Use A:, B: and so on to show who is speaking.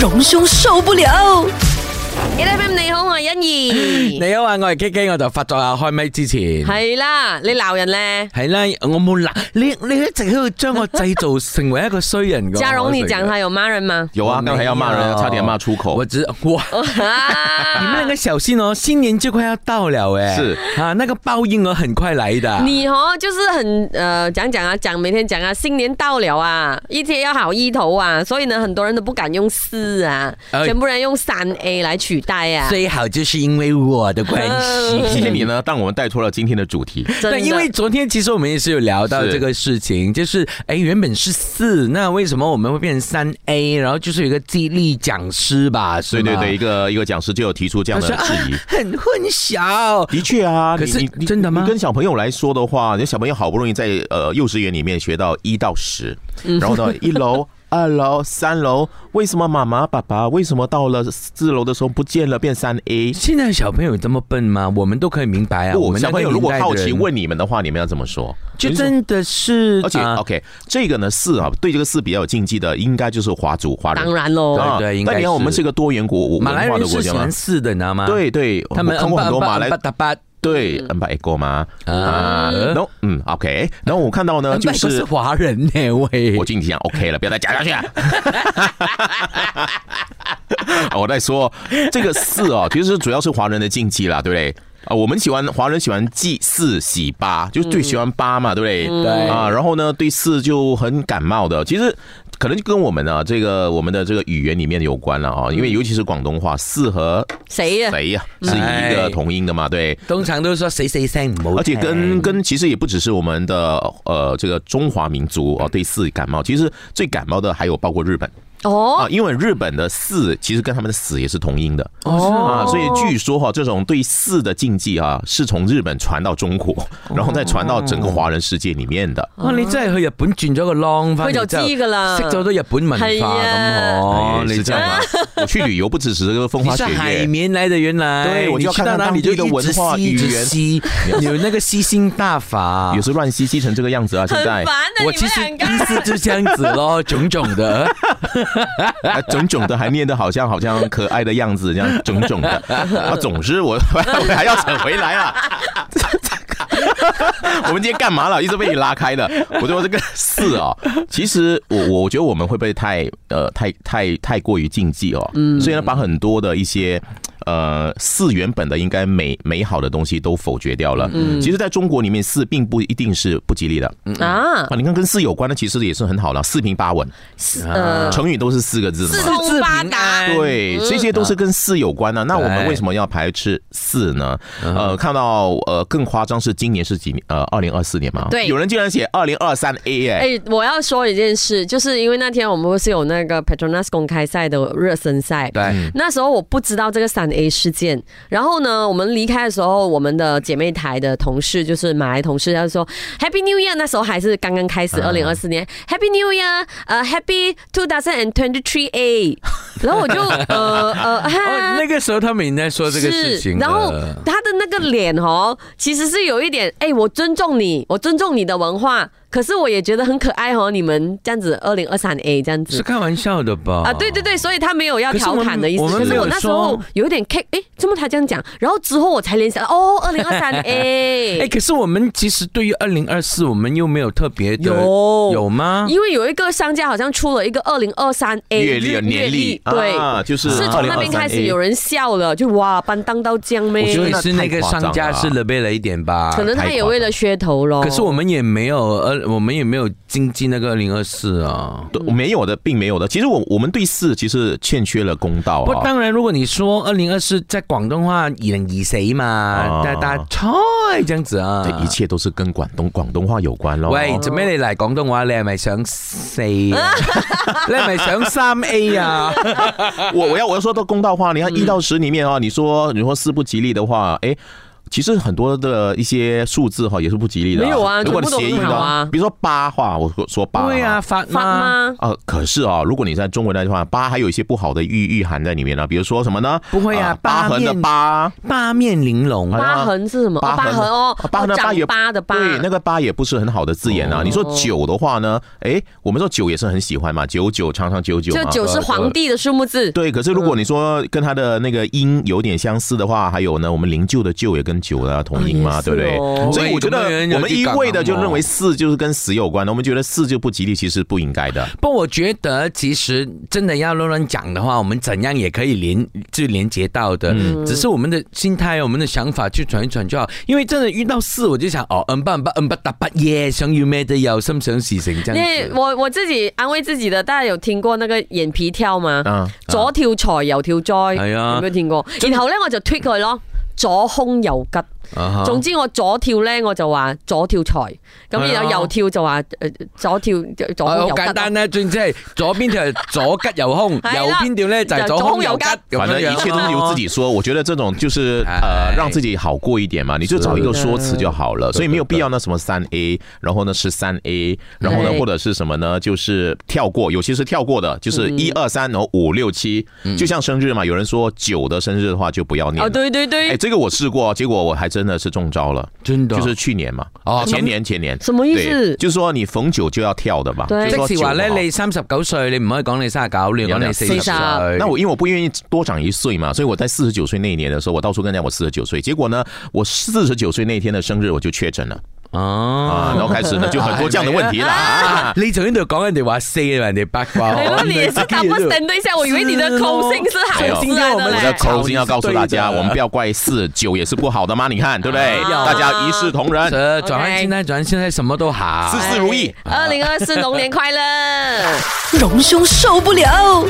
A: 隆胸受不了。
B: A F M 你好，我系欣怡。
C: 你好啊，我系 K K，我就發作啊，開咪之前
B: 系啦，你闹人咧？
C: 係啦，我冇鬧你，你一直喺度將我製造成為一個衰人 噶。
B: 嘉荣，你讲他有骂人吗？
D: 有啊，刚才要骂人，差点骂出口
C: 我。只哇，你们两个小心
B: 啊
C: 哦，新年就快要到了哎，
D: 是
C: 啊，那个报应哦很快来 的。
B: 你哦，就是很呃，讲讲啊，讲每天讲啊，新年到了啊，一天要好意头啊，所以呢，很多人都不敢用四啊，
C: 哎
B: 全部人用三 A 来取代啊。
C: 最好就是因为我的关
D: 谢
C: 系
D: 谢。你呢，当我们带出了今天的 主题。
B: 真的
C: 对，因为昨天其实我们也是有聊到
D: 是
C: 这个事情，就是哎，原本是四，那为什么我们会变成三 A？然后就是有一个激励讲师吧，是
D: 对
C: 吗
D: 对对，一，个一个讲师就有提出这样
C: 他
D: 的
C: 说啊
D: 质疑。，
C: 很混淆。
D: 的确啊，
C: 可
D: 你
C: 是
D: 你你
C: 真的吗
D: 你跟小朋友来说的话，你小朋友好不容易在呃幼稚园里面学到一到十，
C: 嗯
D: 然后呢，一 楼、二楼、三楼，为什么妈妈、爸爸为什么到了四楼的时候不见了，变三 A？
C: 现在小朋友这么笨吗？我们都可以明白啊。我
D: 不，
C: 们那
D: 小
C: 个
D: 朋友
C: 年
D: 如果
C: 代的
D: 好奇
C: 人，
D: 问你们的话，你们要怎么说？
C: 就
D: 你说
C: 真的是，
D: 而且、
C: 啊
D: OK，这个呢四啊，对这个四比较有禁忌的，应该就是华族华人。
B: 当然喽，
D: 啊
C: 哦对对应该
D: 但你看我们
C: 是
D: 是一个多元国文
C: 马来
D: 化的
C: 人
D: 国
C: 是
D: 家
C: 喜
D: 嘛
C: 欢，四的，你知道吗？，
D: 对对，
C: 他们嗯
D: 我看过很多马来
C: 巴达巴
D: 对
C: 嗯
D: 恩巴 A 哥嘛，
C: 啊
D: 啊，然后嗯 OK，然后我看到呢就
C: 不是
D: 是。
C: 华人呢，喂
D: 我，已经讲 OK 了，不要再讲下去啊了。哦我在说这个四哦，其实主要是华人的禁忌啦，对不对？啊，我们喜欢华人喜欢祭四喜八，就是最喜欢八嘛，对不对？
C: 对
D: 啊，然后呢，对四就很感冒的。其实可能就跟我们啊，这个我们的这个语言里面有关了啊、因为尤其是广东话，四和
B: 谁呀？
D: 谁呀、是一个同音的嘛，对。
C: 通常都说谁谁声唔好聽，
D: 而且跟跟其实也不只是我们的呃这个中华民族哦对四感冒，其实最感冒的还有包括日本啊，
B: 哦
D: 因为日本的四其实跟他们的死也是同音的
C: 哦
B: 哦
D: 啊，所以据说哈这种对四的禁忌啊是从日本传到中国，
C: 哦
D: 然后再传到整个华人世界里面的。
C: 哇，你真係去日本轉咗個啷翻，
B: 佢就知㗎啦
C: 識咗好多日本文化
B: 係啊
C: 咁
D: 哎
C: 哦，你
D: 是这样吗？我去旅游不只是风
C: 你
D: 花
C: 是
D: 雪
C: 海
D: 月，
C: 绵来的，原来
D: 对我
C: 你
D: 就要
C: 去
D: 看
C: 到
D: 看
C: 哪里就
D: 当地的
C: 一直
D: 文化
C: 吸，一
D: 语
C: 直
D: 言
C: 吸，有那个吸星大法
D: 有。时乱吸吸成这个样子啊！现
B: 很
D: 在
B: 烦的，
C: 我
B: 你
C: 其实
B: 们两
C: 意
B: 个。
C: 思就是这样子 咯，种种的。
D: 啊，炯炯的还念得好像好像可爱的样子，这样炯 炯的。啊，总之我 我还要扯回来啊。 我们今天干嘛了？一直被你拉开的。我说这个是哦，其实我我觉得我们会不会太呃太太太过于禁忌哦？嗯，所以呢，把很多的一些。呃，四原本的应该美美好的东西都否决掉了。嗯，其实在中国里面，四并不一定是不吉利的
C: 嗯
B: 啊，
D: 啊。你看跟四有关的，其实也是很好了，四平八稳，
B: 是呃，
D: 成语都是四个字的嘛
B: 四。通八达，
C: 哦
D: 对，这些都是跟四有关的、啊
B: 嗯
D: 那我们为什么要排斥四呢？呃，看到呃更夸张是今年是几年？呃，二零二四年嘛。
B: 对
D: 有人竟然写二零二三 A 哎、
B: 哎、我要说一件事，就是因为那天我们不是有那个 Petronas 公开赛的热身赛，
C: 对，
B: 那时候我不知道这个三 A 事件，然后呢，我们离开的时候，我们的姐妹台的同事就是马来同事，他就说 Happy New Year，那时候还是刚刚开始，
C: 啊
B: 二零二四年、Happy New Year，呃，Happy two thousand and twenty three A，然后 我就呃呃
C: 哦，
B: 哈。
C: 那个时候他们已经在说这个事
B: 是，
C: 情了。嗯
B: 然后他的那个脸哦，其实是有一点，哎，我尊重你，我尊重你的文化，可是我也觉得很可爱哦，你们这样子，二零二三 A 这样
C: 是
B: 子。
C: 开玩笑的
D: 哦
C: 吧？
B: 啊，对对对，所以他没有要
C: 可是
B: 调
C: 我们
B: 侃的意思。
C: 我们
B: 可是
C: 没有
B: 我那时候
C: 说
B: 有一点 K，哎，怎么他这样讲？然后之后我才联想，哦，二零二 三 A，
C: 哎，可是我们其实对于二零二四，我们又没有特别的
B: 有
C: 有吗？
B: 因为有一个商家好像出了一个二零二三 A
D: 啊月历啊年历
B: 对，
D: 啊，就是
B: 是从那边开始有
D: 人
B: 人笑了，就哇，搬当到江妹
D: 我，觉
C: 所
D: 得
C: 以是那个商家是了背了一点吧？
B: 可能他也为了噱头咯。
C: 可是我们也没有呃，我们也没有经济那个二零二四
B: 哦
C: 啊。
D: 没有的，并没有的。其实我我们对四其实欠缺了公道
C: 不，
D: 啊。
C: 当然，如果你说二零二四在广东话二零二四嘛
D: 啊，
C: 大大菜这样子啊
D: 这。一切都是跟广东广东话有关咯。
C: 喂，做咩你嚟廣東話？你係咪想四啊？你係咪想三 A 啊？
B: 嗯
D: 我我要我要说到公道话，你看一到十里面啊，你说你说四不吉利的话，哎。其实很多的一些数字哈也是不吉利的、
B: 没有啊
D: 如果你
B: 全部都
D: 谐音的
B: 很好啊嗯
D: 比如说八话，我说说八，
C: 对呀、啊，，发
B: 发
C: 吗？
B: 吗？
D: 啊，可是啊、如果你在中文那句话，八还有一些不好的寓意含在里面啊呢，比如说什么呢？
C: 不会啊
D: 呃疤痕的疤，
C: 八面玲珑，
B: 疤痕是什么？哦
D: 疤
B: 疤
D: 痕
B: 痕哦，
D: 疤痕的
B: 哦
D: 疤
B: 长
D: 也
B: 疤的哦疤，
D: 对，那个疤也不是很好的字眼啊。你说九的话呢？哎，我们说九也是很喜欢嘛，九九长长久久
B: 就
D: 嘛。
B: 九是
D: 呃
B: 皇。帝的数目字，
D: 对，可是如果你说跟他的那个音有点相似的话，还有呢，我们灵柩的柩也跟九的同音嘛，
B: 哦也是
D: 对不对？
B: 哦
D: 所以我觉得我们一味的就认为四就是跟死有关的，我们觉得四就不吉利，其实不应该的。
C: 不，我觉得其实真的要乱乱讲的话，我们怎样也可以连就连接到的，只是我们的心态、我们的想法去转一转就好。因为真的遇到事，我就想哦，嗯吧嗯吧嗯吧哒吧耶，想要咩都有，心想事成这
B: 因
C: 样
B: 为
C: 子。
B: 我我自己安慰自己的，大家有听过那个眼皮跳吗？
D: 啊，
B: 左跳財，右跳災，
C: 係啊
B: 有冇聽過？然後咧我就 tweet 佢咯。左胸右吉，
C: 啊
B: 總之我左跳咧我就話左跳財，咁然
C: 係
B: 後
C: 啊
B: 右跳就話呃左跳左胸
C: 好
B: 右吉啊
C: 簡
B: 咯
C: 單。啦，總之係左邊條係左吉右胸，
B: 係啦
C: 右邊條咧就係
B: 就
C: 左
B: 左胸
C: 胸右
B: 右
C: 吉
B: 吉
C: 咁樣樣咯。
D: 反正一切都是由自己说，我觉得这种就是
C: 哎
D: 呃，让自己好过一点嘛，你就找一个说辞就好了，所以没有必要呢什么三 A，然后呢是三 A，然
B: 哎
D: 后呢
B: 对
D: 或者是什么呢，就是跳过，有些是跳过的，就是
B: 嗯
D: 一二三，然后五六七，就像生日嘛，有人说九的生日的话就不要念
B: 哦，
D: 了，
B: 對對
D: 哎，
B: 對，
D: 这个我试过，结果我还真的是中招了，
C: 真的
D: 就是去年嘛，
C: 啊哦
D: 前年前年
B: 什么意思
D: 对就是说你逢九就要跳的嘛，
B: 对
D: 就说
C: 即是
D: 九
C: 話咧，
D: 的话
C: 你三十九歲，你唔可以講你三十九，你要講你四十
B: 四
C: 歲
B: 十。
D: 那我因为我不愿意多长一岁嘛，所以我在四十九岁那一年的时候，我到处跟人家我四十九岁，结果呢，我四十九岁那天的生日我就确诊了啊，
C: 哦哎
D: 然后开始呢就很多这样的问题 啦。啊
C: 你就喺度講人哋話四，人哋八卦。
B: 係咯，你也是
C: 哎哦自己
B: double
C: 喺度
B: stand 一下，我以為你的
C: 是咯
B: 口性是好
C: 首
B: 事
C: 先要
B: 來
C: 我
B: 的
C: 們
D: 我
B: 嘞
D: 的
C: 在。
D: 口音要告诉大家，
C: 啊对的哎
D: 我们不要怪四九也是不好的嘛，你看对不对？
B: 啊
D: 大家一视同仁，
C: 呃，转换现在，转换现在什么都好。
B: 啊
D: 事事如意。
B: 二零二四龍年快樂！
A: 荣兄受不了。